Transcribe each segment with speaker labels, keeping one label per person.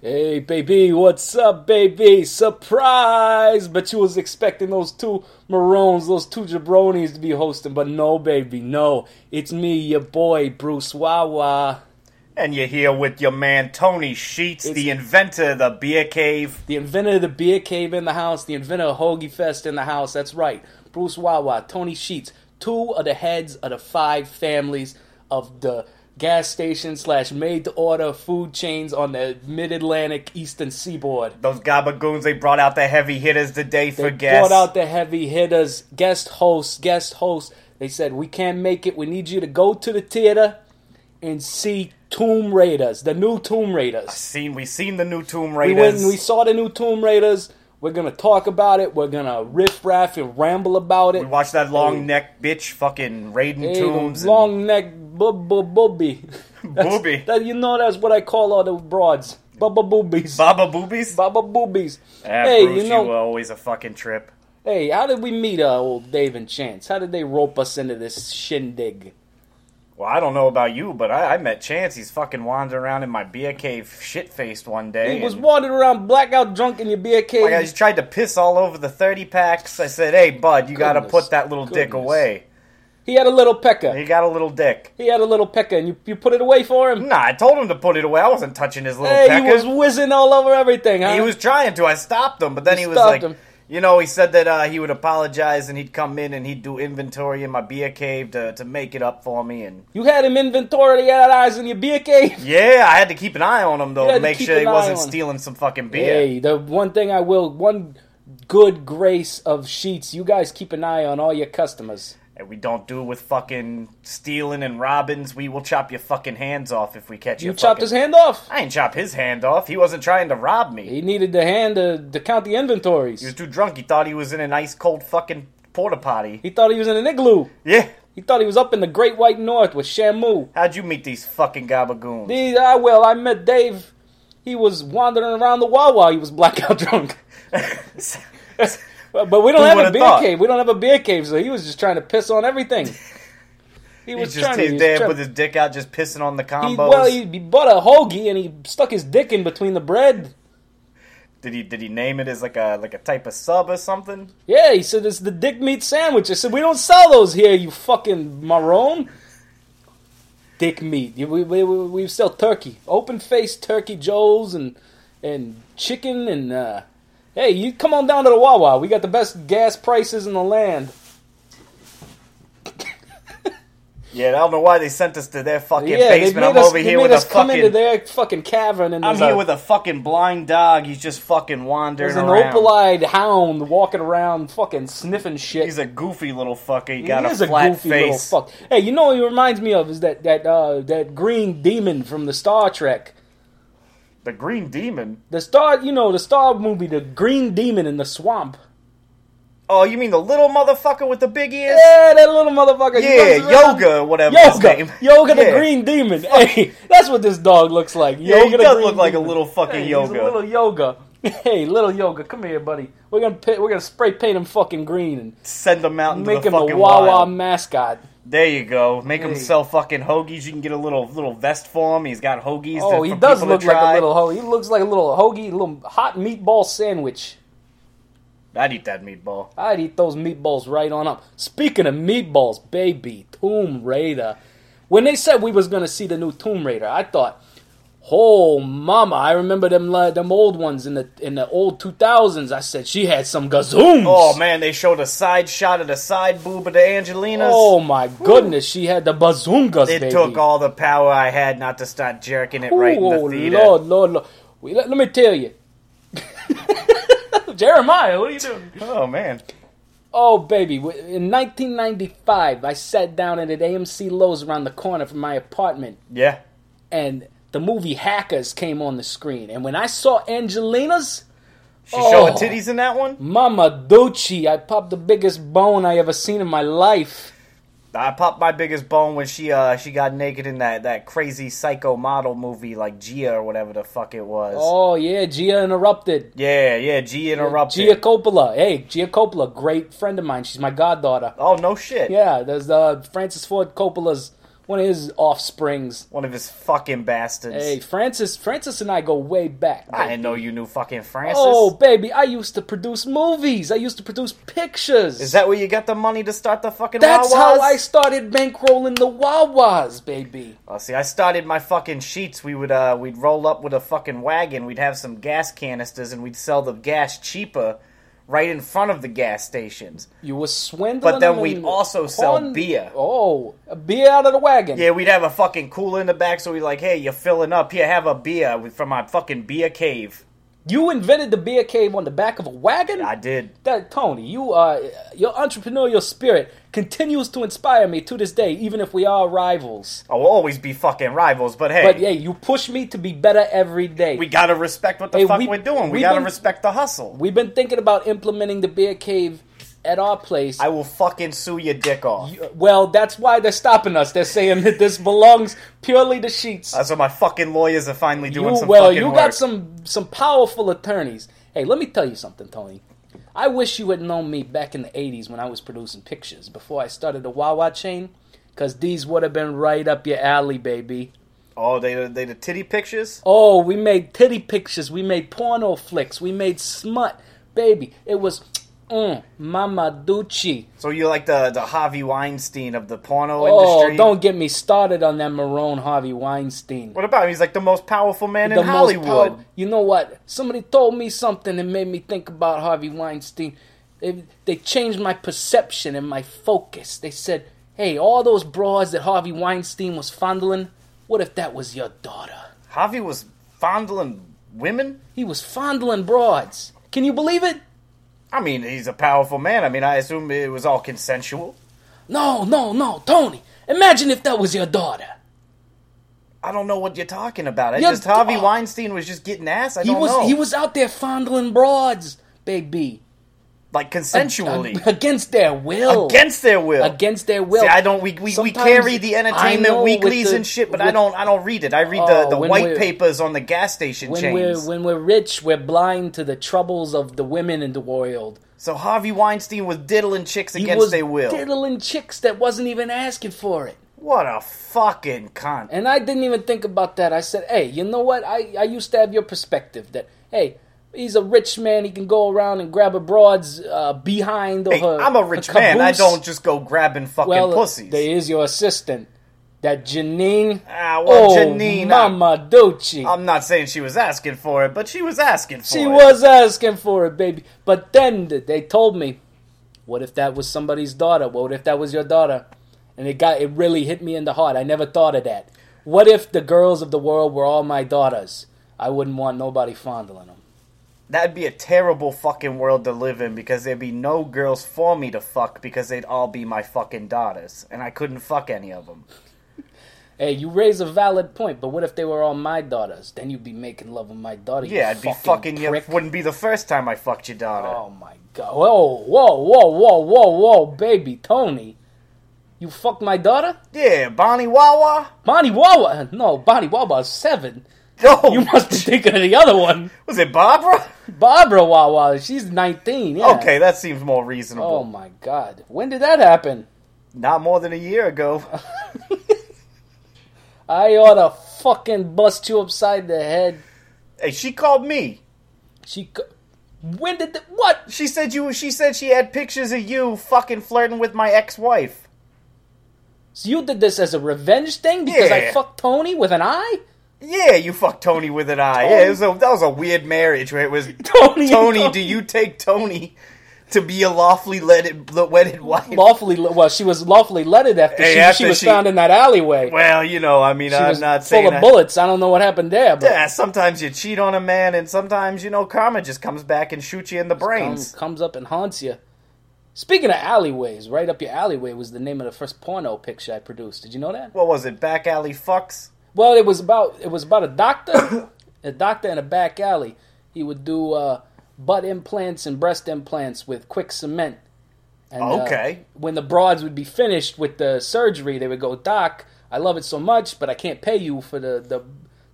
Speaker 1: Hey, baby, what's up, baby? Surprise! But you was expecting those two Maroons, those two jabronis to be hosting, but no, baby, no. It's me, your boy, Bruce Wawa.
Speaker 2: And you're here with your man Tony Sheets,
Speaker 1: It's-
Speaker 2: the inventor of the beer cave.
Speaker 1: The inventor of the beer cave in the house, the inventor of Hoagie Fest in the house. That's right. Bruce Wawa, Tony Sheets, two of the heads of the five families of the gas station slash made to order food chains on the mid Atlantic eastern seaboard.
Speaker 2: Those gabagoons, they brought out the heavy hitters today
Speaker 1: They
Speaker 2: for guests.
Speaker 1: brought out the heavy hitters, guest hosts, guest hosts. They said, We can't make it. We need you to go to the theater and see Tomb Raiders, the new Tomb Raiders.
Speaker 2: seen we seen the new Tomb
Speaker 1: We,
Speaker 2: Raiders.
Speaker 1: went and we saw the new Tomb Raiders. We're going to talk about it. We're going to riff raff and ramble about it.
Speaker 2: We watched that long
Speaker 1: Hey.
Speaker 2: neck bitch fucking raiding
Speaker 1: Hey,
Speaker 2: tombs.
Speaker 1: the
Speaker 2: and-
Speaker 1: long neck boob boob booby. That's-
Speaker 2: Booby.
Speaker 1: That, you know that's what I call all the broads. Bubba boobies.
Speaker 2: Baba Boobies?
Speaker 1: Baba boobies.
Speaker 2: Ah,
Speaker 1: hey,
Speaker 2: Bruce,
Speaker 1: you know
Speaker 2: you were always a fucking trip.
Speaker 1: Hey, how did we meet uh, old Dave and Chance? How did they rope us into this shindig?
Speaker 2: Well, I don't know about you, but I, I met Chance. He's fucking wandering around in my beer cave shit faced one day.
Speaker 1: He was
Speaker 2: and-
Speaker 1: wandering around blackout drunk in your beer cave.
Speaker 2: Like I just tried to piss all over the thirty packs. I said, "Hey, bud, you got to
Speaker 1: Goodness,
Speaker 2: put that little dick
Speaker 1: goodness.
Speaker 2: away."
Speaker 1: He had a little
Speaker 2: He
Speaker 1: pecker.
Speaker 2: got a little dick.
Speaker 1: He had a little pecker, and you, you put it away for him?
Speaker 2: Nah, I told him to put it away. I wasn't touching his Hmm. little
Speaker 1: Hey,
Speaker 2: pecker.
Speaker 1: he was whizzing all over everything, huh?
Speaker 2: He was trying to. I stopped him, but then
Speaker 1: You
Speaker 2: he was
Speaker 1: stopped
Speaker 2: like,
Speaker 1: him.
Speaker 2: you know, he said that uh, he would apologize and he'd come in and he'd do inventory in my beer cave to, to make it up for me. And
Speaker 1: You had him inventory, he had eyes in your beer cave.
Speaker 2: yeah, I had to keep an eye on him though
Speaker 1: You had
Speaker 2: to
Speaker 1: to
Speaker 2: make
Speaker 1: keep
Speaker 2: sure he
Speaker 1: an eye
Speaker 2: wasn't
Speaker 1: on him.
Speaker 2: stealing some fucking beer.
Speaker 1: Hey, the one thing I will, one good grace of sheets, you guys keep an eye on all your customers.
Speaker 2: And we don't do with fucking stealing and robbins. We will chop your fucking hands off if we catch
Speaker 1: You
Speaker 2: you.
Speaker 1: chopped his hand off.
Speaker 2: I ain't chop his hand off. He wasn't trying to rob me.
Speaker 1: He needed the hand to, to count the inventories.
Speaker 2: He was too drunk. He thought he was in an ice cold fucking porta potty.
Speaker 1: he thought he was in an igloo.
Speaker 2: Yeah.
Speaker 1: He thought he was up in the Great White North with Shamu.
Speaker 2: How'd you meet these fucking gabagoons?
Speaker 1: These, I well, I met Dave. He was wandering around the Wawa. He was blackout drunk. But but we don't
Speaker 2: Who
Speaker 1: have a
Speaker 2: would've
Speaker 1: beer
Speaker 2: thought?
Speaker 1: cave. We don't have a beer cave, so he was just trying to piss on everything. He was
Speaker 2: He's just
Speaker 1: trying to.
Speaker 2: he's
Speaker 1: he was
Speaker 2: there
Speaker 1: trying-
Speaker 2: with his dick out, just pissing on the
Speaker 1: he,
Speaker 2: combos.
Speaker 1: well, he, he bought a hoagie and he stuck his dick in between the bread.
Speaker 2: did he did he name it as like a like a type of sub or something?
Speaker 1: Yeah, he said it's the dick meat sandwich. I said we don't sell those here, you fucking maroon. Dick meat. You- We, we, we, we sell turkey, open faced turkey joes and and chicken and uh, hey, you come on down to the Wawa. We got the best gas prices in the land.
Speaker 2: Yeah, I don't know why they sent us to their fucking
Speaker 1: yeah, they
Speaker 2: basement.
Speaker 1: made
Speaker 2: I'm
Speaker 1: us,
Speaker 2: over
Speaker 1: they
Speaker 2: here
Speaker 1: made
Speaker 2: with a
Speaker 1: us come into
Speaker 2: fucking.
Speaker 1: their fucking cavern and
Speaker 2: I'm
Speaker 1: there's,
Speaker 2: here
Speaker 1: a,
Speaker 2: with a fucking blind dog. He's just fucking wandering
Speaker 1: there's an
Speaker 2: around.
Speaker 1: opal eyed hound walking around, fucking sniffing shit.
Speaker 2: He's a goofy little fucker. He
Speaker 1: He
Speaker 2: got
Speaker 1: is
Speaker 2: a flat
Speaker 1: little
Speaker 2: face.
Speaker 1: fuck. Hey, you know what he reminds me of is that that uh, that green demon from the Star Trek.
Speaker 2: The green demon.
Speaker 1: The Star, you know, the Star movie, the green demon in the swamp.
Speaker 2: Oh, you mean the little motherfucker with the big ears?
Speaker 1: Yeah, that little motherfucker. he
Speaker 2: Yeah,
Speaker 1: runs around-
Speaker 2: Yoga, or whatever his
Speaker 1: Yoga,
Speaker 2: name.
Speaker 1: Yoga, the
Speaker 2: Yeah.
Speaker 1: green demon. Hey, that's what this dog looks like.
Speaker 2: Yeah,
Speaker 1: yoga
Speaker 2: he
Speaker 1: the
Speaker 2: does
Speaker 1: green
Speaker 2: look like a
Speaker 1: demon.
Speaker 2: little fucking
Speaker 1: Hey,
Speaker 2: yoga.
Speaker 1: He's a little yoga. Hey, little yoga, come here, buddy. We're gonna pa- we're gonna spray paint him fucking green and
Speaker 2: Send him out into
Speaker 1: make
Speaker 2: the
Speaker 1: him the
Speaker 2: fucking
Speaker 1: Wawa
Speaker 2: wild.
Speaker 1: mascot.
Speaker 2: There you go. Make
Speaker 1: Hey.
Speaker 2: him sell fucking hoagies. You can get a little little vest for him. He's got hoagies. to-
Speaker 1: Oh, he
Speaker 2: for
Speaker 1: does
Speaker 2: people to
Speaker 1: look like a
Speaker 2: try.
Speaker 1: little hoagie. He looks like a little hoagie, a little hot meatball sandwich.
Speaker 2: I'd eat that meatball.
Speaker 1: I'd eat those meatballs right on up. Speaking of meatballs, baby, Tomb Raider. When they said we was gonna see the new Tomb Raider, I thought, "Oh, mama!" I remember them li- them old ones in the in the old two thousands. I said she had some gazooms.
Speaker 2: Oh man, they showed a side shot of the side boob of the Angelinas.
Speaker 1: Oh my goodness, she had the bazoongas,
Speaker 2: it
Speaker 1: baby.
Speaker 2: took all the power I had not to start jerking it right in
Speaker 1: oh
Speaker 2: the theater.
Speaker 1: lord, lord, lord. Wait, let, let me tell you, Jeremiah, what are you doing?
Speaker 2: Oh man,
Speaker 1: Oh, baby. w- In 1995, I sat down at an AMC Lowe's around the corner from my apartment,
Speaker 2: yeah.
Speaker 1: and the movie Hackers came on the screen. And when I saw Angelina's,
Speaker 2: She
Speaker 1: Oh.
Speaker 2: showing titties in that one.
Speaker 1: Mama Ducci, I popped the biggest bone I ever seen in my life.
Speaker 2: I popped my biggest bone when she uh she got naked in that that crazy psycho model movie like Gia or whatever the fuck it was.
Speaker 1: Oh, yeah, Gia interrupted.
Speaker 2: Yeah, yeah. Gia interrupted.
Speaker 1: Gia Coppola. Hey, Gia Coppola, great friend of mine. She's my goddaughter.
Speaker 2: oh no shit.
Speaker 1: Yeah, there's uh, Francis Ford Coppola's. one of his offsprings.
Speaker 2: One of his fucking bastards.
Speaker 1: Hey, Francis, Francis and I go way back.
Speaker 2: I
Speaker 1: baby.
Speaker 2: didn't know you knew fucking Francis.
Speaker 1: Oh, baby, I used to produce movies. I used to produce pictures.
Speaker 2: Is that where you got the money to start the fucking
Speaker 1: That's how
Speaker 2: Wawas?
Speaker 1: I started bankrolling the Wawas, baby.
Speaker 2: Oh, see, I started my fucking sheets. We would uh, we'd roll up with a fucking wagon. We'd have some gas canisters, and we'd sell the gas cheaper, right in front of the gas stations.
Speaker 1: You were swindling.
Speaker 2: But then
Speaker 1: them
Speaker 2: we'd
Speaker 1: and
Speaker 2: also sell
Speaker 1: pawn-
Speaker 2: beer.
Speaker 1: Oh, a beer out of the wagon.
Speaker 2: Yeah, we'd have a fucking cooler in the back, so we'd like, hey, you're filling up. Here, have a beer with- from my fucking beer cave.
Speaker 1: You invented the beer cave on the back of a wagon.
Speaker 2: I did.
Speaker 1: that Tony, you are your entrepreneurial spirit continues to inspire me to this day, even if we are rivals.
Speaker 2: I will always be fucking rivals, but hey,
Speaker 1: But hey, you push me to be better every day.
Speaker 2: we gotta respect what the
Speaker 1: Hey,
Speaker 2: fuck
Speaker 1: we-
Speaker 2: we, are doing. We
Speaker 1: we've
Speaker 2: gotta
Speaker 1: been-
Speaker 2: respect the hustle.
Speaker 1: We've been thinking about implementing the beer cave at our place.
Speaker 2: I will fucking sue your dick off.
Speaker 1: well, that's why they're stopping us. They're saying that this belongs purely to sheets.
Speaker 2: That's what Uh, my fucking lawyers are finally doing.
Speaker 1: You-
Speaker 2: some
Speaker 1: well,
Speaker 2: fucking
Speaker 1: you
Speaker 2: work.
Speaker 1: got some some powerful attorneys. Hey, let me tell you something, Tony. I wish you had known me back in the '80s when I was producing pictures before I started the Wawa chain, because these would have been right up your alley, baby.
Speaker 2: Oh, they they the titty pictures.
Speaker 1: Oh, we made titty pictures, we made porno flicks, we made smut, baby. It was mm, Mama Ducci.
Speaker 2: So you like the the Harvey Weinstein of the porno
Speaker 1: Oh,
Speaker 2: industry?
Speaker 1: don't get me started on that Marone Harvey Weinstein.
Speaker 2: What about him? He's like the most powerful man in
Speaker 1: the most
Speaker 2: Hollywood.
Speaker 1: pow- you know what? Somebody told me something and made me think about Harvey Weinstein. It, they changed my perception and my focus. They said, "Hey, all those bras that Harvey Weinstein was fondling, what if that was your daughter?
Speaker 2: Harvey was fondling women.
Speaker 1: He was fondling broads. Can you believe it?
Speaker 2: I mean, he's a powerful man. I mean, I assume it was all consensual.
Speaker 1: No, no, no, Tony. Imagine if that was your daughter.
Speaker 2: I don't know what you're talking about. I
Speaker 1: Yeah,
Speaker 2: just Harvey
Speaker 1: oh.
Speaker 2: Weinstein was just getting ass. I
Speaker 1: He
Speaker 2: don't
Speaker 1: was
Speaker 2: know.
Speaker 1: he was out there fondling broads, baby,
Speaker 2: like consensually
Speaker 1: against their will,
Speaker 2: against their will.
Speaker 1: against their will.
Speaker 2: See, I don't. We, we, we
Speaker 1: Sometimes-
Speaker 2: carry the
Speaker 1: I know
Speaker 2: entertainment
Speaker 1: with
Speaker 2: weeklies
Speaker 1: the-
Speaker 2: and shit, but I
Speaker 1: with-
Speaker 2: don't. I don't read it. I read
Speaker 1: Oh,
Speaker 2: the, the
Speaker 1: when
Speaker 2: white
Speaker 1: we're-
Speaker 2: papers on the gas station
Speaker 1: when
Speaker 2: chains.
Speaker 1: we're when we're rich, we're blind to the troubles of the women in the world.
Speaker 2: So Harvey Weinstein was diddling chicks
Speaker 1: He
Speaker 2: against
Speaker 1: was
Speaker 2: their will.
Speaker 1: diddling chicks that wasn't even asking for it.
Speaker 2: what a fucking con.
Speaker 1: And I didn't even think about that. I said, hey, you know what? I, I used to have your perspective that, hey, he's a rich man. He can go around and grab a broad's uh, behind or
Speaker 2: Hey,
Speaker 1: her.
Speaker 2: I'm a
Speaker 1: her
Speaker 2: rich man. I
Speaker 1: caboose.
Speaker 2: don't just go grabbing fucking
Speaker 1: Well, uh,
Speaker 2: pussies.
Speaker 1: there is your assistant, that Janine.
Speaker 2: Ah, well,
Speaker 1: oh,
Speaker 2: Janine, I-
Speaker 1: Mama Ducci.
Speaker 2: I'm not saying she was asking for it, but she was asking for it.
Speaker 1: She was asking for it, baby. But then th- they told me, "What if that was somebody's daughter? What if that was your daughter?" And it got it really hit me in the heart. I never thought of that. What if the girls of the world were all my daughters? I wouldn't want nobody fondling them.
Speaker 2: That'd be a terrible fucking world to live in because there'd be no girls for me to fuck because they'd all be my fucking daughters, and I couldn't fuck any of them.
Speaker 1: Hey, you raise a valid point, but what if they were all my daughters? Then you'd be making love with my daughter. you
Speaker 2: Yeah, I'd be fucking. you.
Speaker 1: prick.
Speaker 2: Wouldn't be the first time I fucked your daughter.
Speaker 1: Oh my god! Whoa, whoa, whoa, whoa, whoa, whoa, baby Tony, you fucked my daughter,
Speaker 2: Yeah, Bonnie Wawa.
Speaker 1: Bonnie Wawa. No, Bonnie Wawa's seven.
Speaker 2: Oh,
Speaker 1: You must be thinking of the other one.
Speaker 2: was it Barbara?
Speaker 1: Barbara Wawa. She's 19. Yeah.
Speaker 2: Okay, that seems more reasonable.
Speaker 1: Oh my God. When did that happen?
Speaker 2: Not more than a year ago.
Speaker 1: I oughta fucking bust you upside the head.
Speaker 2: hey, she called me.
Speaker 1: She. c- When did the. What?
Speaker 2: She said you. She said she had pictures of you fucking flirting with my ex-wife.
Speaker 1: So you did this as a revenge thing because I
Speaker 2: Yeah.
Speaker 1: fucked Tony with an eye?
Speaker 2: Yeah, you fucked Tony with an eye. Yeah, it was a, that was a weird marriage where it was
Speaker 1: Tony and
Speaker 2: Tony,
Speaker 1: Tony.
Speaker 2: do you take Tony to be a lawfully wedded, wedded wife?
Speaker 1: Lawfully. Well, she was lawfully leaded after,
Speaker 2: Hey,
Speaker 1: she,
Speaker 2: after
Speaker 1: she was
Speaker 2: she-
Speaker 1: found in that alleyway.
Speaker 2: well, you know, I mean,
Speaker 1: she
Speaker 2: I'm
Speaker 1: was
Speaker 2: not
Speaker 1: full
Speaker 2: saying
Speaker 1: of
Speaker 2: I-
Speaker 1: bullets. I don't know what happened there, but.
Speaker 2: Yeah, sometimes you cheat on a man, and sometimes you know karma just comes back and shoots you in the
Speaker 1: comes,
Speaker 2: brains.
Speaker 1: comes up and haunts you. Speaking of alleyways, right up your alleyway was the name of the first porno picture I produced. Did you know that?
Speaker 2: What was it? Back alley fucks.
Speaker 1: Well, it was about it was about a doctor, a doctor in a back alley. He would do uh, butt implants and breast implants with quick cement. And, uh,
Speaker 2: Okay.
Speaker 1: when the broads would be finished with the surgery, they would go, "Doc, I love it so much, but I can't pay you for the the,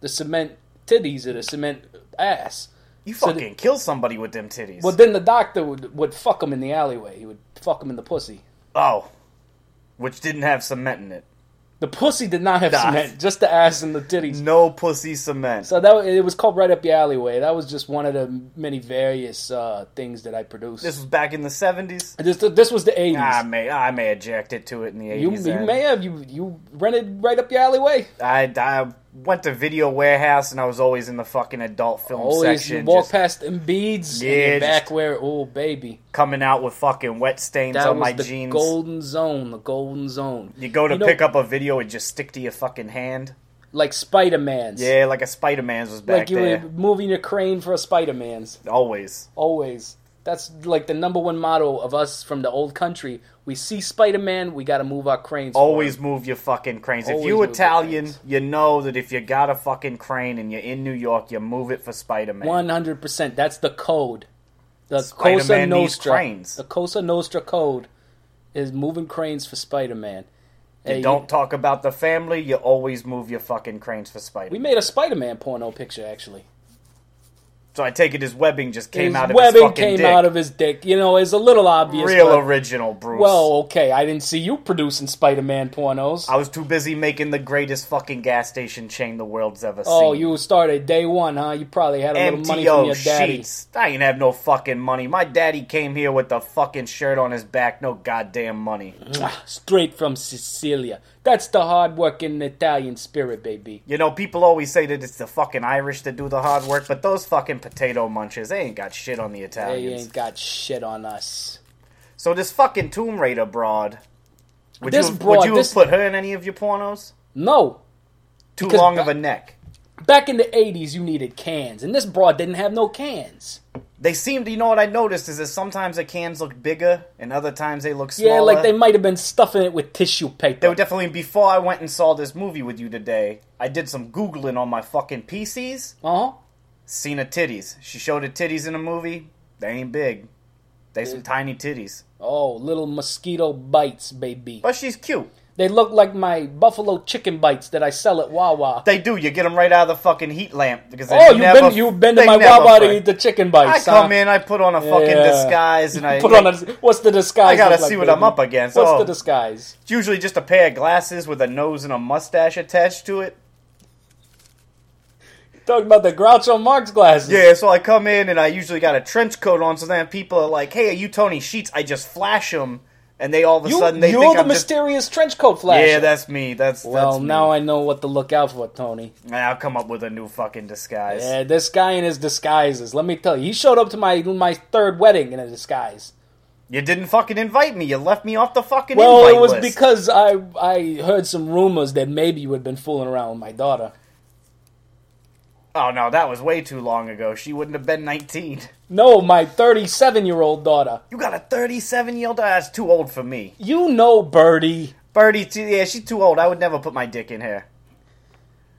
Speaker 1: the cement titties or the cement ass."
Speaker 2: You
Speaker 1: So
Speaker 2: fucking kill somebody with them titties.
Speaker 1: Well, then the doctor would would fuck him in the alleyway. He would fuck him in the pussy.
Speaker 2: oh, which didn't have cement in it.
Speaker 1: The pussy did not have
Speaker 2: Nah.
Speaker 1: cement, just the ass and the titties.
Speaker 2: No pussy cement.
Speaker 1: So that wa- it was called right up the alleyway. That was just one of the many various uh, things that I produced.
Speaker 2: this
Speaker 1: This,
Speaker 2: was back in the seventies.
Speaker 1: this, this was the eighties.
Speaker 2: I may I may eject it to it in the
Speaker 1: you
Speaker 2: eighties.
Speaker 1: you may have you you rented right up the alleyway.
Speaker 2: I, I went to Video Warehouse and I was always in the fucking adult film
Speaker 1: Always you
Speaker 2: section,
Speaker 1: walk
Speaker 2: just
Speaker 1: past Embiid's yeah,
Speaker 2: Yeah,
Speaker 1: and you're
Speaker 2: just-
Speaker 1: back where oh baby
Speaker 2: coming out with fucking wet stains
Speaker 1: that
Speaker 2: on
Speaker 1: was
Speaker 2: my
Speaker 1: the
Speaker 2: jeans.
Speaker 1: golden zone, the golden zone.
Speaker 2: You go to
Speaker 1: You know-
Speaker 2: pick up a video, it just stick to your fucking hand.
Speaker 1: Like Spider Man's.
Speaker 2: Yeah, like a Spider Man's was back
Speaker 1: Like you
Speaker 2: there.
Speaker 1: were moving your crane for a Spider Man's.
Speaker 2: Always.
Speaker 1: Always. That's like the number one motto of us from the old country. We see Spider Man, we gotta move our cranes. for him.
Speaker 2: Always move your fucking cranes. if
Speaker 1: Always
Speaker 2: you
Speaker 1: move your
Speaker 2: Italian,
Speaker 1: cranes.
Speaker 2: you know that if you got a fucking crane and you're in New York, you move it for Spider Man.
Speaker 1: One hundred percent. That's the code. The
Speaker 2: Spider-Man
Speaker 1: Cosa
Speaker 2: needs
Speaker 1: Nostra.
Speaker 2: cranes.
Speaker 1: The Cosa Nostra code is moving cranes for Spider Man.
Speaker 2: You don't talk about the family, you always move your fucking cranes for Spider
Speaker 1: We
Speaker 2: Man.
Speaker 1: made a Spider Man porno picture actually.
Speaker 2: So I take it his webbing just came
Speaker 1: his
Speaker 2: out of his
Speaker 1: webbing
Speaker 2: fucking
Speaker 1: came
Speaker 2: dick.
Speaker 1: out of his dick. You know, it's a little obvious.
Speaker 2: Real
Speaker 1: but-
Speaker 2: original, Bruce.
Speaker 1: Well, okay. I didn't see you producing Spider Man pornos.
Speaker 2: I was too busy making the greatest fucking gas station chain the world's ever seen.
Speaker 1: oh, you started day one, huh? You probably had a little money from
Speaker 2: MTO
Speaker 1: your daddy.
Speaker 2: sheets. I ain't have no fucking money. My daddy came here with the fucking shirt on his back, no goddamn money.
Speaker 1: Mwah, Ah, Straight from Sicilia. That's the hard working Italian spirit, baby.
Speaker 2: You know, people always say that it's the fucking Irish that do the hard work, but those fucking potato munchers, they ain't got shit on the
Speaker 1: They
Speaker 2: Italians.
Speaker 1: ain't got shit on us.
Speaker 2: So this fucking Tomb Raider broad. Would
Speaker 1: This
Speaker 2: you, have-
Speaker 1: broad,
Speaker 2: would you
Speaker 1: this-
Speaker 2: have put her in any of your pornos?
Speaker 1: No.
Speaker 2: Too
Speaker 1: Because
Speaker 2: long
Speaker 1: ba-
Speaker 2: of a neck.
Speaker 1: Back in the 80s, you needed cans, and this broad didn't have no cans.
Speaker 2: They seem to, you know what I noticed is that sometimes the cans look bigger and other times they look smaller.
Speaker 1: Yeah, like they might have been stuffing it with tissue paper.
Speaker 2: They were definitely before I went and saw this movie with you today. I did some googling on my fucking PCs.
Speaker 1: uh-huh.
Speaker 2: Seen her titties. She showed her titties in a movie. They ain't big. They some tiny titties.
Speaker 1: Oh, little mosquito bites, baby.
Speaker 2: But she's cute.
Speaker 1: They look like my buffalo chicken bites that I sell at Wawa.
Speaker 2: They do. You get them right out of the fucking heat lamp because they
Speaker 1: oh, you've
Speaker 2: never,
Speaker 1: been you've been to
Speaker 2: they
Speaker 1: my
Speaker 2: never
Speaker 1: Wawa to
Speaker 2: fry.
Speaker 1: eat the chicken
Speaker 2: I
Speaker 1: bites.
Speaker 2: come
Speaker 1: huh?
Speaker 2: in. I put on a fucking
Speaker 1: Yeah.
Speaker 2: disguise and I
Speaker 1: Put on a, what's the disguise?
Speaker 2: I gotta
Speaker 1: look like,
Speaker 2: see what
Speaker 1: baby?
Speaker 2: I'm up against.
Speaker 1: What's
Speaker 2: Oh.
Speaker 1: the disguise?
Speaker 2: It's usually just a pair of glasses with a nose and a mustache attached to it.
Speaker 1: Talking about the Groucho Marx glasses.
Speaker 2: Yeah, so I come in and I usually got a trench coat on, so then people are like, "Hey, are you Tony Sheets?" I just flash them, and they all of a
Speaker 1: you,
Speaker 2: sudden they
Speaker 1: you're
Speaker 2: think
Speaker 1: the
Speaker 2: I'm just.
Speaker 1: mysterious trench coat flasher.
Speaker 2: Yeah, that's me. That's
Speaker 1: well.
Speaker 2: that's me.
Speaker 1: now I know what to look out for, Tony.
Speaker 2: I'll come up with a new fucking disguise.
Speaker 1: Yeah, this guy in his disguises. Let me tell you, he showed up to my my third wedding in a disguise.
Speaker 2: You didn't fucking invite me. You left me off the fucking
Speaker 1: Well,
Speaker 2: invite
Speaker 1: it was
Speaker 2: list.
Speaker 1: because I I heard some rumors that maybe you had been fooling around with my daughter.
Speaker 2: oh no, that was way too long ago. She wouldn't have been nineteen.
Speaker 1: No, my 37 year old daughter.
Speaker 2: You got a thirty-seven-year-old. That's too old for me.
Speaker 1: You know, Birdie.
Speaker 2: Birdie, too, yeah, she's too old. I would never put my dick in her.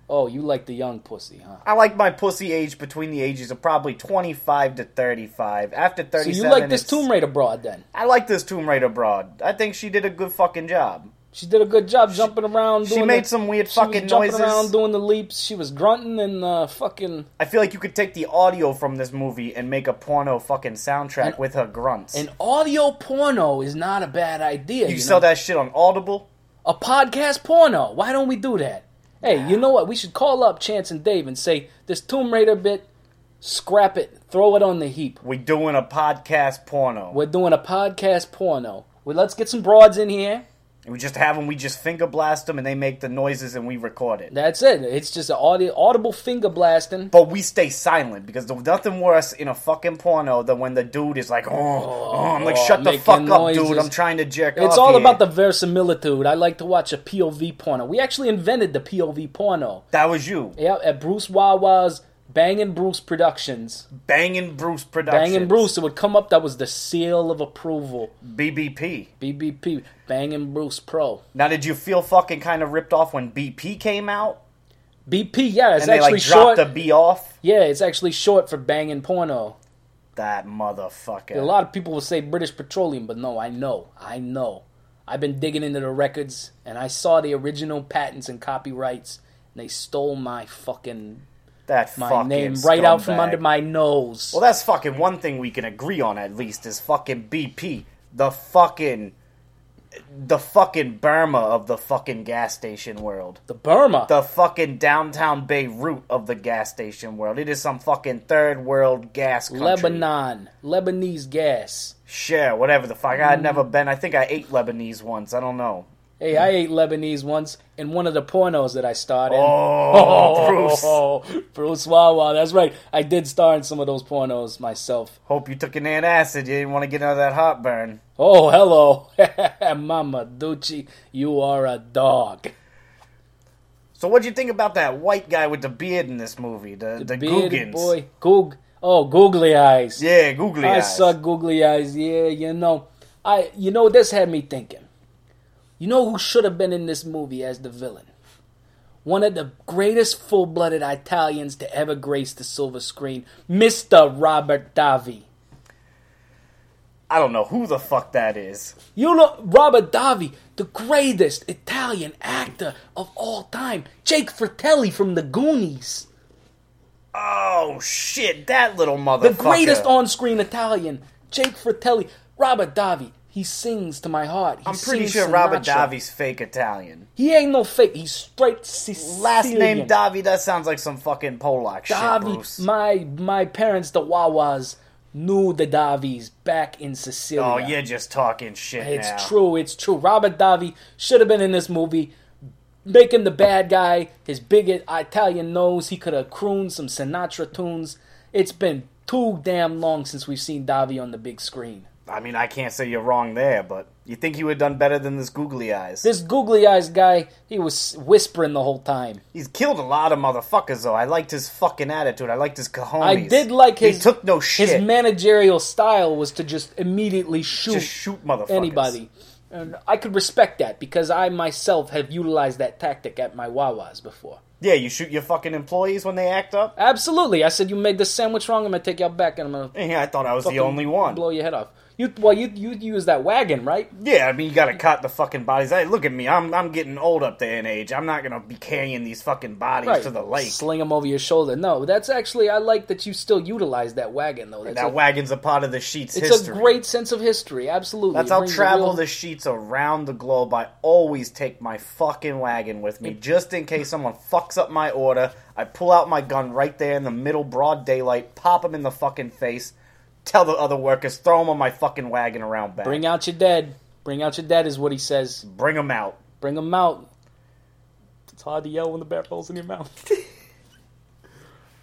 Speaker 1: Oh, you like the young pussy, huh?
Speaker 2: I like my pussy age between the ages of probably twenty-five to thirty-five. After
Speaker 1: So
Speaker 2: thirty-seven,
Speaker 1: you like this
Speaker 2: it's-
Speaker 1: Tomb Raider broad then?
Speaker 2: I like this Tomb Raider broad. I think she did a good fucking job.
Speaker 1: She did a good job jumping around.
Speaker 2: She
Speaker 1: doing
Speaker 2: made
Speaker 1: the,
Speaker 2: some weird
Speaker 1: she
Speaker 2: fucking
Speaker 1: was jumping
Speaker 2: noises.
Speaker 1: around, doing the leaps. She was grunting and uh, fucking
Speaker 2: I feel like you could take the audio from this movie and make a porno fucking soundtrack with her grunts.
Speaker 1: an audio porno is not a bad idea.
Speaker 2: you
Speaker 1: know?
Speaker 2: sell that shit on Audible?
Speaker 1: a podcast porno. Why don't we do that? Hey, you know what? We should call up Chance and Dave and say this Tomb Raider bit, scrap it, throw it on the heap.
Speaker 2: We doing a podcast porno.
Speaker 1: We're doing a podcast porno. Well, let's get some broads in here.
Speaker 2: And we just have them. We just finger blast them, and they make the noises, and we record it.
Speaker 1: That's it. It's just an audi- audible finger blasting.
Speaker 2: But we stay silent because there's nothing worse in a fucking porno than when the dude is like, "Oh, oh," I'm like,
Speaker 1: Oh,
Speaker 2: shut the
Speaker 1: making
Speaker 2: fuck up,
Speaker 1: noises.
Speaker 2: dude. I'm trying to jerk off."
Speaker 1: It's all
Speaker 2: here."
Speaker 1: about the verisimilitude. I like to watch a POV porno. We actually invented the POV porno.
Speaker 2: That was you,
Speaker 1: Yeah, at Bruce Wawa's Bangin' Bruce Productions.
Speaker 2: banging Bruce Productions,
Speaker 1: Bangin' Bruce, it would come up. That was the seal of approval.
Speaker 2: BBP.
Speaker 1: BBP, Bangin' Bruce Pro.
Speaker 2: Now, did you feel fucking kind of ripped off when BP came out
Speaker 1: BP, yeah, it's
Speaker 2: and they
Speaker 1: actually
Speaker 2: like
Speaker 1: short.
Speaker 2: dropped the B off?
Speaker 1: yeah, it's actually short for banging porno.
Speaker 2: That motherfucker.
Speaker 1: A lot of people will say British Petroleum, but no, I know, I know. I've been digging into the records, and I saw the original patents and copyrights, and they stole my fucking
Speaker 2: that
Speaker 1: my
Speaker 2: fucking
Speaker 1: name right out from
Speaker 2: scumbag.
Speaker 1: under my nose.
Speaker 2: Well, that's fucking one thing we can agree on at least is fucking BP, the fucking the fucking Burma of the fucking gas station world.
Speaker 1: The Burma.
Speaker 2: The fucking downtown Beirut of the gas station world. It is some fucking third world gas country.
Speaker 1: Lebanon. Lebanese gas.
Speaker 2: Sure, whatever the fuck. I'd never
Speaker 1: Mm.
Speaker 2: been. I think I ate Lebanese once. I don't know.
Speaker 1: Hey, I ate Lebanese once in one of the pornos that I starred in.
Speaker 2: Oh, Bruce.
Speaker 1: Bruce. Bruce Wawa. That's right. I did star in some of those pornos myself.
Speaker 2: Hope you took an antacid. You didn't want to get out of that heartburn.
Speaker 1: Oh, hello. Mama Ducci, you are a dog.
Speaker 2: So what'd you think about that white guy with the beard in this movie? The the,
Speaker 1: Bearded
Speaker 2: Googans.
Speaker 1: boy. Goog. Oh, googly eyes.
Speaker 2: Yeah, googly
Speaker 1: I
Speaker 2: eyes.
Speaker 1: suck googly eyes. Yeah, you know. I you know this had me thinking. You know who should have been in this movie as the villain? One of the greatest full-blooded Italians to ever grace the silver screen, Mr. Robert Davi.
Speaker 2: I don't know who the fuck that is.
Speaker 1: You know Robert Davi, the greatest Italian actor of all time, Jake Fratelli from The Goonies.
Speaker 2: Oh shit, that little motherfucker.
Speaker 1: The greatest on-screen Italian, Jake Fratelli, Robert Davi. He sings to my heart. He
Speaker 2: I'm pretty
Speaker 1: sings
Speaker 2: sure Robert
Speaker 1: Sinatra.
Speaker 2: Davi's fake Italian.
Speaker 1: He ain't no fake. He's straight Sicilian.
Speaker 2: Last name Davi, that sounds like some fucking Polak shit, Bruce.
Speaker 1: Davi. My my parents, the Wawas, knew the Davies back in Sicilia.
Speaker 2: oh, you're just talking shit
Speaker 1: It's
Speaker 2: now.
Speaker 1: true. It's true. Robert Davi should have been in this movie. Make him the bad guy. His big Italian nose. He could have crooned some Sinatra tunes. It's been too damn long since we've seen Davi on the big screen.
Speaker 2: I mean, I can't say you're wrong there, but you think he would have done better than this googly eyes.
Speaker 1: This googly eyes guy, he was whispering the whole time.
Speaker 2: He's killed a lot of motherfuckers, though. I liked his fucking attitude. I liked his cojones.
Speaker 1: I did like his.
Speaker 2: He took no shit.
Speaker 1: His managerial style was to just immediately shoot,
Speaker 2: just shoot motherfuckers.
Speaker 1: anybody, and I could respect that because I myself have utilized that tactic at my Wawas before.
Speaker 2: Yeah, you shoot your fucking employees when they act up.
Speaker 1: Absolutely, I said you made this sandwich wrong. I'm gonna take y'all back and I'm gonna
Speaker 2: Yeah, I thought I was the
Speaker 1: fucking
Speaker 2: only one.
Speaker 1: blow your head off. You well, you you use that wagon, right?
Speaker 2: Yeah, I mean, you gotta cut the fucking bodies. Hey, look at me. I'm I'm getting old up there in age. I'm not gonna be carrying these fucking bodies
Speaker 1: Right.
Speaker 2: to the lake.
Speaker 1: Sling them over your shoulder. No, that's actually I like that you still utilize that wagon though. That's
Speaker 2: that
Speaker 1: a,
Speaker 2: wagon's a part of the sheet's
Speaker 1: it's
Speaker 2: history.
Speaker 1: a great sense of history. Absolutely,
Speaker 2: That's
Speaker 1: It
Speaker 2: I'll
Speaker 1: brings a
Speaker 2: travel
Speaker 1: real-
Speaker 2: the sheets around the globe. I always take my fucking wagon with me, just in case someone fucks up my order. I pull out my gun right there in the middle, broad daylight, pop them in the fucking face. Tell the other workers, throw them on my fucking wagon around back.
Speaker 1: Bring out your dead. Bring out your dead is what he says.
Speaker 2: Bring them out.
Speaker 1: Bring them out. It's hard to yell when the bat rolls in your mouth.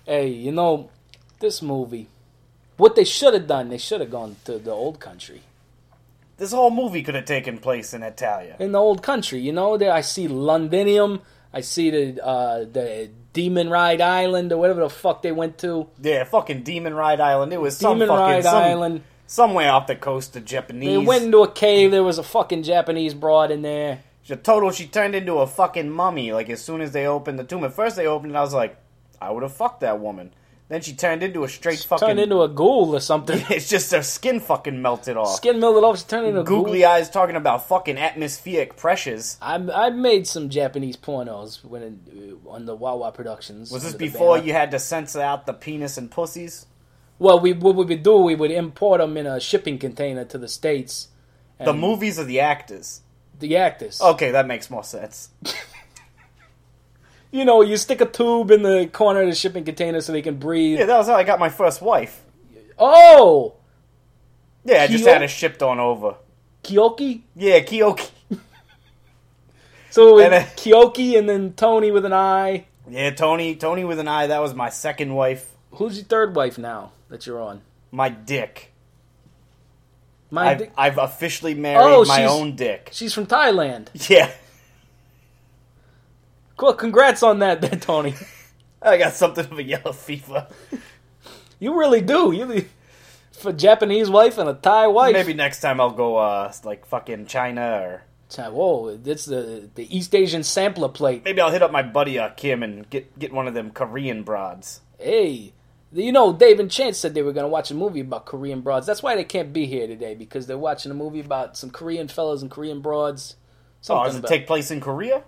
Speaker 1: hey, you know, this movie, what they should have done, they should have gone to the old country.
Speaker 2: This whole movie could have taken place in Italia.
Speaker 1: In the old country, you know, there I see Londinium, I see the uh, the Demon Ride Island or whatever the fuck they went to.
Speaker 2: Yeah, fucking Demon Ride Island. It was some
Speaker 1: Demon
Speaker 2: fucking
Speaker 1: Ride
Speaker 2: some-
Speaker 1: Island.
Speaker 2: somewhere off the coast of Japanese.
Speaker 1: They went into a cave. There was a fucking Japanese broad in there.
Speaker 2: She total she turned into a fucking mummy. Like as soon as they opened the tomb, at first they opened it, I was like, I would have fucked that woman. Then she turned into a straight fucking.
Speaker 1: Turned into a ghoul or something.
Speaker 2: it's just her skin fucking melted off.
Speaker 1: Skin melted off. She turned into a ghoul.
Speaker 2: Googly eyes talking about fucking atmospheric pressures.
Speaker 1: I I made some Japanese pornos when uh, on the Wawa Productions.
Speaker 2: Was this
Speaker 1: under the
Speaker 2: before
Speaker 1: banner.
Speaker 2: you had to censor out the penis and pussies?
Speaker 1: Well, we what we would do we would import them in a shipping container to the states.
Speaker 2: The Oh. movies or the actors?
Speaker 1: The actors,
Speaker 2: Okay, that makes more sense.
Speaker 1: you know, you stick a tube in the corner of the shipping container so they can breathe.
Speaker 2: Yeah, that was how I got my first wife.
Speaker 1: Oh,
Speaker 2: Yeah, I just
Speaker 1: Kyo-
Speaker 2: had her shipped on over.
Speaker 1: Kyoki.
Speaker 2: Yeah, Kyoki.
Speaker 1: So it was
Speaker 2: And then-
Speaker 1: Kyoki and then Tony with an I.
Speaker 2: Yeah, Tony. Tony with an eye. That was my second wife.
Speaker 1: Who's your third wife now that you're on?
Speaker 2: My dick.
Speaker 1: My
Speaker 2: I've,
Speaker 1: dick-
Speaker 2: I've officially married
Speaker 1: Oh,
Speaker 2: my
Speaker 1: she's-
Speaker 2: own dick.
Speaker 1: she's from Thailand.
Speaker 2: Yeah.
Speaker 1: Cool, congrats on that, then, Tony.
Speaker 2: I got something of a yellow fever.
Speaker 1: You really do. You for Japanese wife and a Thai wife.
Speaker 2: Maybe next time I'll go, uh, like fucking China or.
Speaker 1: It's like, Whoa, that's the the East Asian sampler plate.
Speaker 2: Maybe I'll hit up my buddy, uh, Kim, and get, get one of them Korean broads.
Speaker 1: Hey, you know, Dave and Chance said they were gonna watch a movie about Korean broads. That's why they can't be here today because they're watching a movie about some Korean fellas and Korean broads.
Speaker 2: Oh,
Speaker 1: Something
Speaker 2: does it
Speaker 1: about-
Speaker 2: take place in Korea?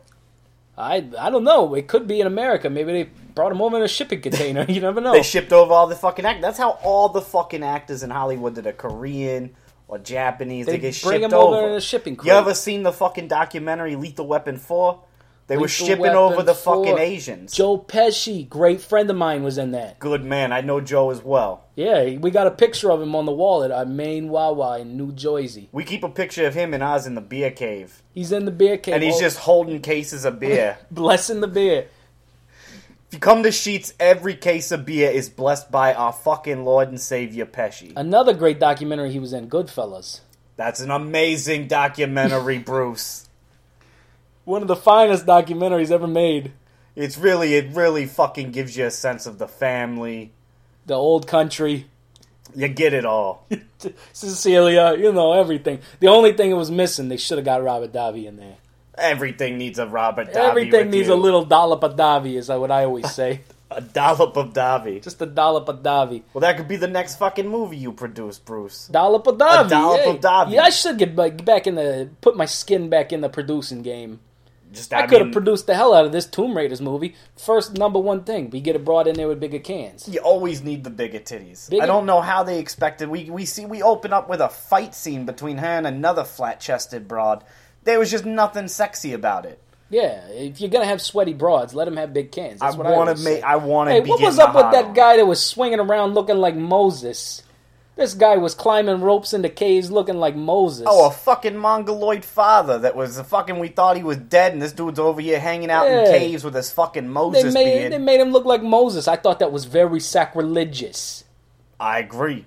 Speaker 1: I I don't know. It could be in America. Maybe they brought them over in a shipping container. you never know.
Speaker 2: They shipped over all the fucking act. That's how all the fucking actors in Hollywood that are Korean or Japanese. They,
Speaker 1: They
Speaker 2: get
Speaker 1: bring
Speaker 2: shipped
Speaker 1: them over
Speaker 2: over.
Speaker 1: in a shipping
Speaker 2: you
Speaker 1: crate.
Speaker 2: ever seen the fucking documentary Lethal Weapon Four? They were
Speaker 1: Lethal
Speaker 2: shipping
Speaker 1: Weapon
Speaker 2: over the fucking
Speaker 1: 4.
Speaker 2: Asians.
Speaker 1: Joe Pesci, great friend of mine, was in that.
Speaker 2: Good man, I know Joe as well.
Speaker 1: Yeah, we got a picture of him on the wall at our main Wawa in New Jersey.
Speaker 2: We keep a picture of him and Oz in the beer cave,
Speaker 1: He's in the beer cave,
Speaker 2: and he's
Speaker 1: oh,
Speaker 2: just holding cases of beer.
Speaker 1: blessing the beer.
Speaker 2: if you come to Sheets, every case of beer is blessed by our fucking Lord and Savior Pesci.
Speaker 1: Another great documentary he was in, Goodfellas.
Speaker 2: That's an amazing documentary, Bruce.
Speaker 1: One of the finest documentaries ever made.
Speaker 2: It's really, it really fucking gives you a sense of the family.
Speaker 1: The old country,
Speaker 2: You get it all.
Speaker 1: Cecilia, you know everything. The only thing that was missing, they should have got Robert Davi in there.
Speaker 2: Everything needs a Robert Davi.
Speaker 1: Everything
Speaker 2: with
Speaker 1: needs
Speaker 2: you.
Speaker 1: a little dollop of Davi, is what I always say.
Speaker 2: a dollop of Davi.
Speaker 1: Just a dollop of Davi.
Speaker 2: Well, that could be the next fucking movie you produce, Bruce.
Speaker 1: Dollop of Davi.
Speaker 2: A dollop
Speaker 1: hey.
Speaker 2: of Davi.
Speaker 1: Yeah, I should get back, back in the put my skin back in the producing game.
Speaker 2: Just
Speaker 1: I,
Speaker 2: I,
Speaker 1: could have
Speaker 2: mean,
Speaker 1: produced the hell out of this Tomb Raiders movie. First number one thing, we get it brought in there with bigger cans.
Speaker 2: You always need the bigger titties.
Speaker 1: Bigger-
Speaker 2: I don't know how they expected. We we see we open up with a fight scene between her and another flat-chested broad. There was just nothing sexy about it.
Speaker 1: Yeah, if you're gonna have sweaty broads, let them have big cans. That's
Speaker 2: I
Speaker 1: what I want
Speaker 2: want
Speaker 1: to
Speaker 2: to make. I want to.
Speaker 1: Hey, what was up with that guy that was swinging around looking like Moses? This guy was climbing ropes in the caves looking like Moses.
Speaker 2: Oh, a fucking mongoloid father that was a fucking. We thought he was dead, and this dude's over here hanging out in
Speaker 1: Yeah.
Speaker 2: caves with his fucking
Speaker 1: they
Speaker 2: Moses
Speaker 1: made
Speaker 2: beard.
Speaker 1: they made him look like Moses. I thought that was very sacrilegious.
Speaker 2: I agree.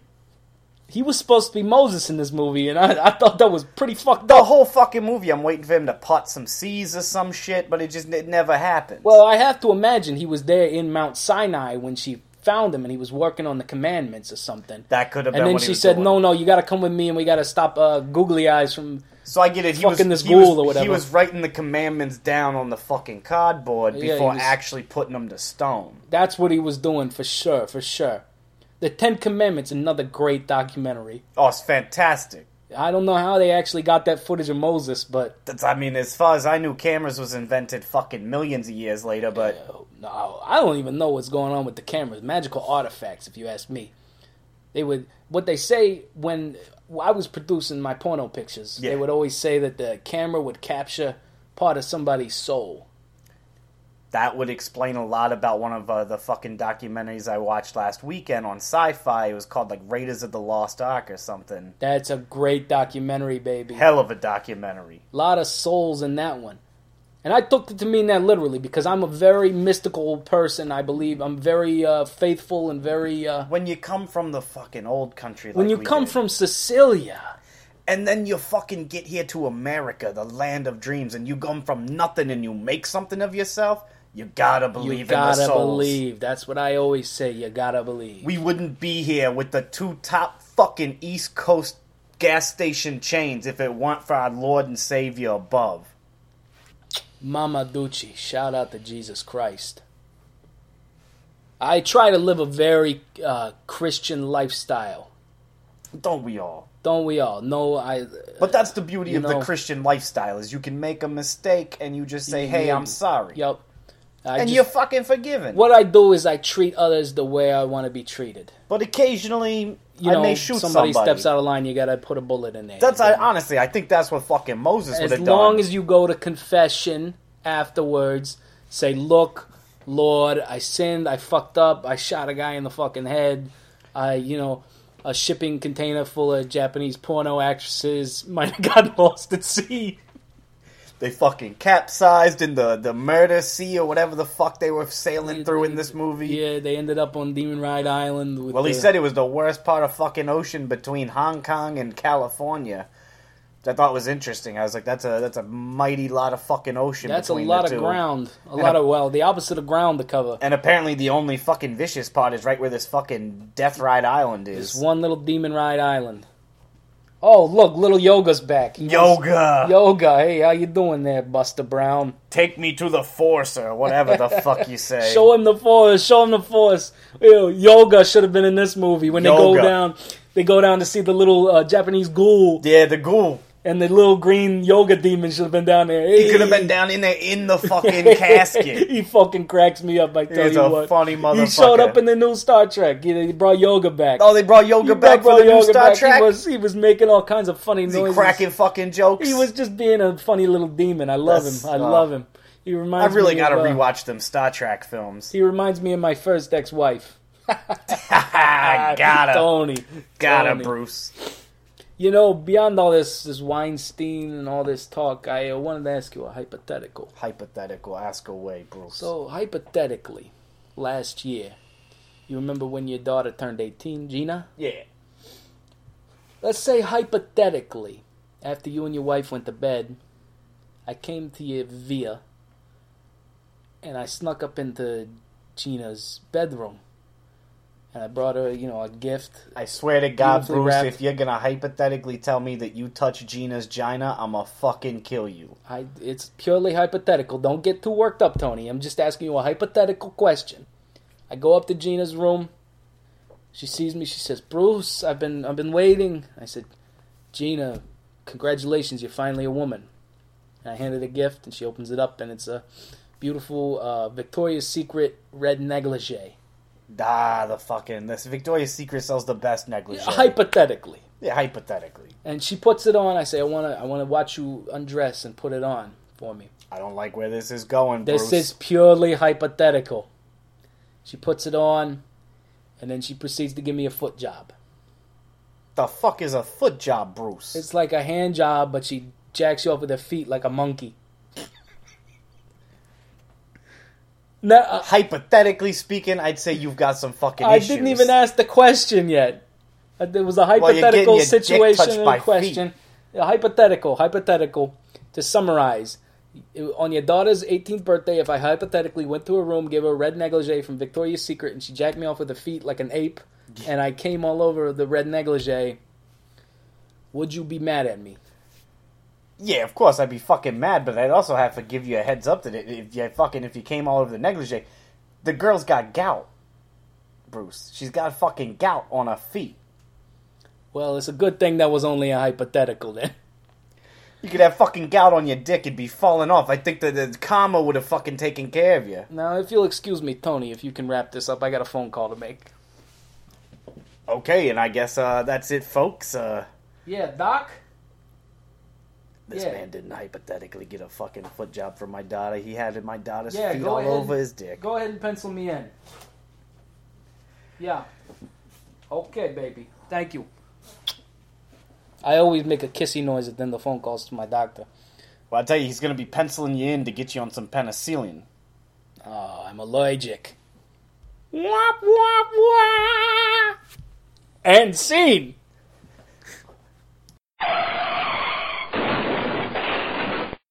Speaker 1: He was supposed to be Moses in this movie, and I, I thought that was pretty fucked
Speaker 2: The
Speaker 1: up.
Speaker 2: whole fucking movie, I'm waiting for him to pot some seeds or some shit, but it just it never happens.
Speaker 1: Well, I have to imagine he was there in Mount Sinai when she found him, and he was working on the commandments or something.
Speaker 2: that could have been.
Speaker 1: and then
Speaker 2: what he
Speaker 1: she
Speaker 2: was
Speaker 1: said,
Speaker 2: doing.
Speaker 1: "No, no, you got to come with me, and we got to stop uh, Googly Eyes from."
Speaker 2: So I get it. He
Speaker 1: Fucking
Speaker 2: was
Speaker 1: this
Speaker 2: he was-
Speaker 1: ghoul or whatever.
Speaker 2: He was writing the commandments down on the fucking cardboard
Speaker 1: Yeah, he
Speaker 2: before
Speaker 1: was-
Speaker 2: actually putting them to stone.
Speaker 1: That's what he was doing for sure, for sure. The Ten Commandments, another great documentary.
Speaker 2: Oh, it's fantastic.
Speaker 1: I don't know how they actually got that footage of Moses, but
Speaker 2: That's. I mean, as far as I knew, cameras was invented fucking millions of years later, but.
Speaker 1: uh, no, I don't even know what's going on with the cameras. Magical artifacts, if you ask me. They would what they say when I was producing my porno pictures. They
Speaker 2: Yeah.
Speaker 1: would always say that the camera would capture part of somebody's soul.
Speaker 2: That would explain a lot about one of uh, the fucking documentaries I watched last weekend on Sci-Fi. It was called like Raiders of the Lost Ark or something.
Speaker 1: That's a great documentary, baby.
Speaker 2: Hell of a documentary.
Speaker 1: lot of souls in that one. And I took it to mean that literally because I'm a very mystical person. I believe I'm very uh, faithful and very. Uh,
Speaker 2: When you come from the fucking old country, like
Speaker 1: when you
Speaker 2: we
Speaker 1: come
Speaker 2: did,
Speaker 1: from Sicilia,
Speaker 2: and then you fucking get here to America, the land of dreams, and you come from nothing and you make something of yourself, you gotta
Speaker 1: you
Speaker 2: believe in the
Speaker 1: gotta
Speaker 2: souls.
Speaker 1: believe. That's what I always say. You gotta believe.
Speaker 2: We wouldn't be here with the two top fucking East Coast gas station chains if it weren't for our Lord and Savior above.
Speaker 1: Mama Ducci, shout out to Jesus Christ. I try to live a very uh, Christian lifestyle.
Speaker 2: Don't we all?
Speaker 1: Don't we all? No, I.
Speaker 2: But that's the beauty
Speaker 1: You
Speaker 2: of
Speaker 1: know-
Speaker 2: the Christian lifestyle is you can make a mistake and you just say,
Speaker 1: You-
Speaker 2: "Hey, I'm sorry,"
Speaker 1: Yep. I
Speaker 2: and
Speaker 1: just-
Speaker 2: you're fucking forgiven.
Speaker 1: what I do is I treat others the way I want to be treated.
Speaker 2: But occasionally,
Speaker 1: you
Speaker 2: I
Speaker 1: know,
Speaker 2: may shoot
Speaker 1: somebody,
Speaker 2: somebody.
Speaker 1: steps out of line, you gotta put a bullet in there.
Speaker 2: That's I, honestly, I think that's what fucking Moses would
Speaker 1: as
Speaker 2: have
Speaker 1: long
Speaker 2: done.
Speaker 1: as you go to confession afterwards, say, "Look, Lord, I sinned. I fucked up. I shot a guy in the fucking head. I, you know, a shipping container full of Japanese porno actresses might have got lost at sea."
Speaker 2: they fucking capsized in the the murder sea or whatever the fuck they were sailing through in this movie.
Speaker 1: Yeah, they ended up on Demon Ride Island. With
Speaker 2: Well, he
Speaker 1: the-
Speaker 2: said it was the worst part of fucking ocean between Hong Kong and California. Which I thought was interesting. I was like, that's a that's a mighty lot of fucking ocean.
Speaker 1: that's a
Speaker 2: between
Speaker 1: lot
Speaker 2: the
Speaker 1: of
Speaker 2: two.
Speaker 1: ground. A lot
Speaker 2: a-
Speaker 1: of well, the opposite of ground to cover.
Speaker 2: And apparently, the only fucking vicious part is right where this fucking Death Ride Island is.
Speaker 1: It's one little Demon Ride Island. Oh, look, little Yoga's back. He wants-
Speaker 2: Yoga,
Speaker 1: Yoga, hey, how you doing there, Buster Brown?
Speaker 2: take me to the force or whatever the fuck you say.
Speaker 1: Show him the force. Show him the force. Ew, yoga should have been in this movie when they
Speaker 2: Yoga.
Speaker 1: go down. They go down to see the little uh, Japanese ghoul.
Speaker 2: yeah, the ghoul.
Speaker 1: And the little green yoga demon should have been down there.
Speaker 2: He could have been down in there in the fucking casket.
Speaker 1: he fucking cracks me up. I tell
Speaker 2: He's
Speaker 1: you
Speaker 2: a
Speaker 1: what.
Speaker 2: funny
Speaker 1: He showed
Speaker 2: motherfucker.
Speaker 1: up in the new Star Trek. He, he brought yoga back.
Speaker 2: Oh, they brought yoga
Speaker 1: He
Speaker 2: back
Speaker 1: brought
Speaker 2: for the new
Speaker 1: yoga
Speaker 2: Star
Speaker 1: back.
Speaker 2: Trek.
Speaker 1: He was, he was making all kinds of funny
Speaker 2: Is he
Speaker 1: noises.
Speaker 2: cracking fucking jokes?
Speaker 1: He was just being a funny little demon. I love
Speaker 2: That's-
Speaker 1: him. I
Speaker 2: oh.
Speaker 1: love him. He
Speaker 2: I
Speaker 1: reminds.
Speaker 2: really
Speaker 1: me
Speaker 2: got to
Speaker 1: of, uh,
Speaker 2: rewatch them Star Trek films.
Speaker 1: He reminds me of my first ex-wife.
Speaker 2: I gotta,
Speaker 1: Tony.
Speaker 2: gotta,
Speaker 1: Tony.
Speaker 2: Bruce.
Speaker 1: You know, beyond all this, this Weinstein and all this talk, I uh, wanted to ask you a hypothetical.
Speaker 2: Hypothetical, ask away, Bruce.
Speaker 1: So, hypothetically, last year, you remember when your daughter turned 18, Gina?
Speaker 2: yeah,
Speaker 1: Let's say hypothetically, after you and your wife went to bed, I came to your via and I snuck up into Gina's bedroom. And I brought her, you know, a gift.
Speaker 2: I swear to God,
Speaker 1: Beautifully
Speaker 2: Bruce,
Speaker 1: wrapped.
Speaker 2: if you're gonna hypothetically tell me that you touch Gina's gina, I'ma fucking kill you.
Speaker 1: I, it's purely hypothetical. Don't get too worked up, Tony. I'm just asking you a hypothetical question. I go up to Gina's room. She sees me. She says, "Bruce, I've been I've been waiting." I said, "Gina, congratulations, you're finally a woman." And I hand her the gift, and she opens it up, and it's a beautiful uh, Victoria's Secret red negligee.
Speaker 2: Ah, the fucking this Victoria's Secret sells the best negligee.
Speaker 1: Hypothetically,
Speaker 2: Yeah, hypothetically,
Speaker 1: and she puts it on. I say, "I wanna I wanna watch you undress and put it on for me."
Speaker 2: I don't like where this is going,
Speaker 1: This
Speaker 2: Bruce.
Speaker 1: is purely hypothetical. She puts it on, and then she proceeds to give me a foot job.
Speaker 2: the fuck is a foot job, Bruce?
Speaker 1: It's like a hand job, but she jacks you up with her feet like a monkey. No, uh,
Speaker 2: hypothetically speaking, I'd say you've got some fucking.
Speaker 1: I
Speaker 2: issues.
Speaker 1: didn't even ask the question yet. Uh, It was a
Speaker 2: you're getting
Speaker 1: hypothetical
Speaker 2: your dick
Speaker 1: situation
Speaker 2: touched
Speaker 1: and
Speaker 2: by
Speaker 1: a question. A hypothetical, hypothetical. To summarize, on your daughter's 18th birthday, if I hypothetically went to her room, gave her a red negligee from Victoria's Secret, and she jacked me off with her feet like an ape, and I came all over the red negligee, would you be mad at me?
Speaker 2: Yeah, of course, I'd be fucking mad, but I'd also have to give you a heads up that it- if you fucking if you came all over the negligee, the girl's got gout, Bruce. She's got fucking gout on her feet.
Speaker 1: Well, it's a good thing that was only a hypothetical then.
Speaker 2: You could have fucking gout on your dick and be falling off. I think that the karma would have fucking taken care of you.
Speaker 1: Now, if you'll excuse me, Tony, if you can wrap this up, I got a phone call to make.
Speaker 2: Okay, and I guess uh, that's it, folks. Uh,
Speaker 1: Yeah, Doc?
Speaker 2: this
Speaker 1: Yeah.
Speaker 2: man didn't hypothetically get a fucking foot job from my daughter. He had my daughter's
Speaker 1: Yeah,
Speaker 2: feet
Speaker 1: go
Speaker 2: all
Speaker 1: ahead.
Speaker 2: over his dick.
Speaker 1: Go ahead and pencil me in. Yeah. Okay, baby. Thank you. I always make a kissy noise at the end of phone calls to my doctor.
Speaker 2: Well, I tell you, he's gonna be penciling you in to get you on some penicillin.
Speaker 1: Oh, I'm allergic.
Speaker 2: Wop wop wop.
Speaker 1: And scene.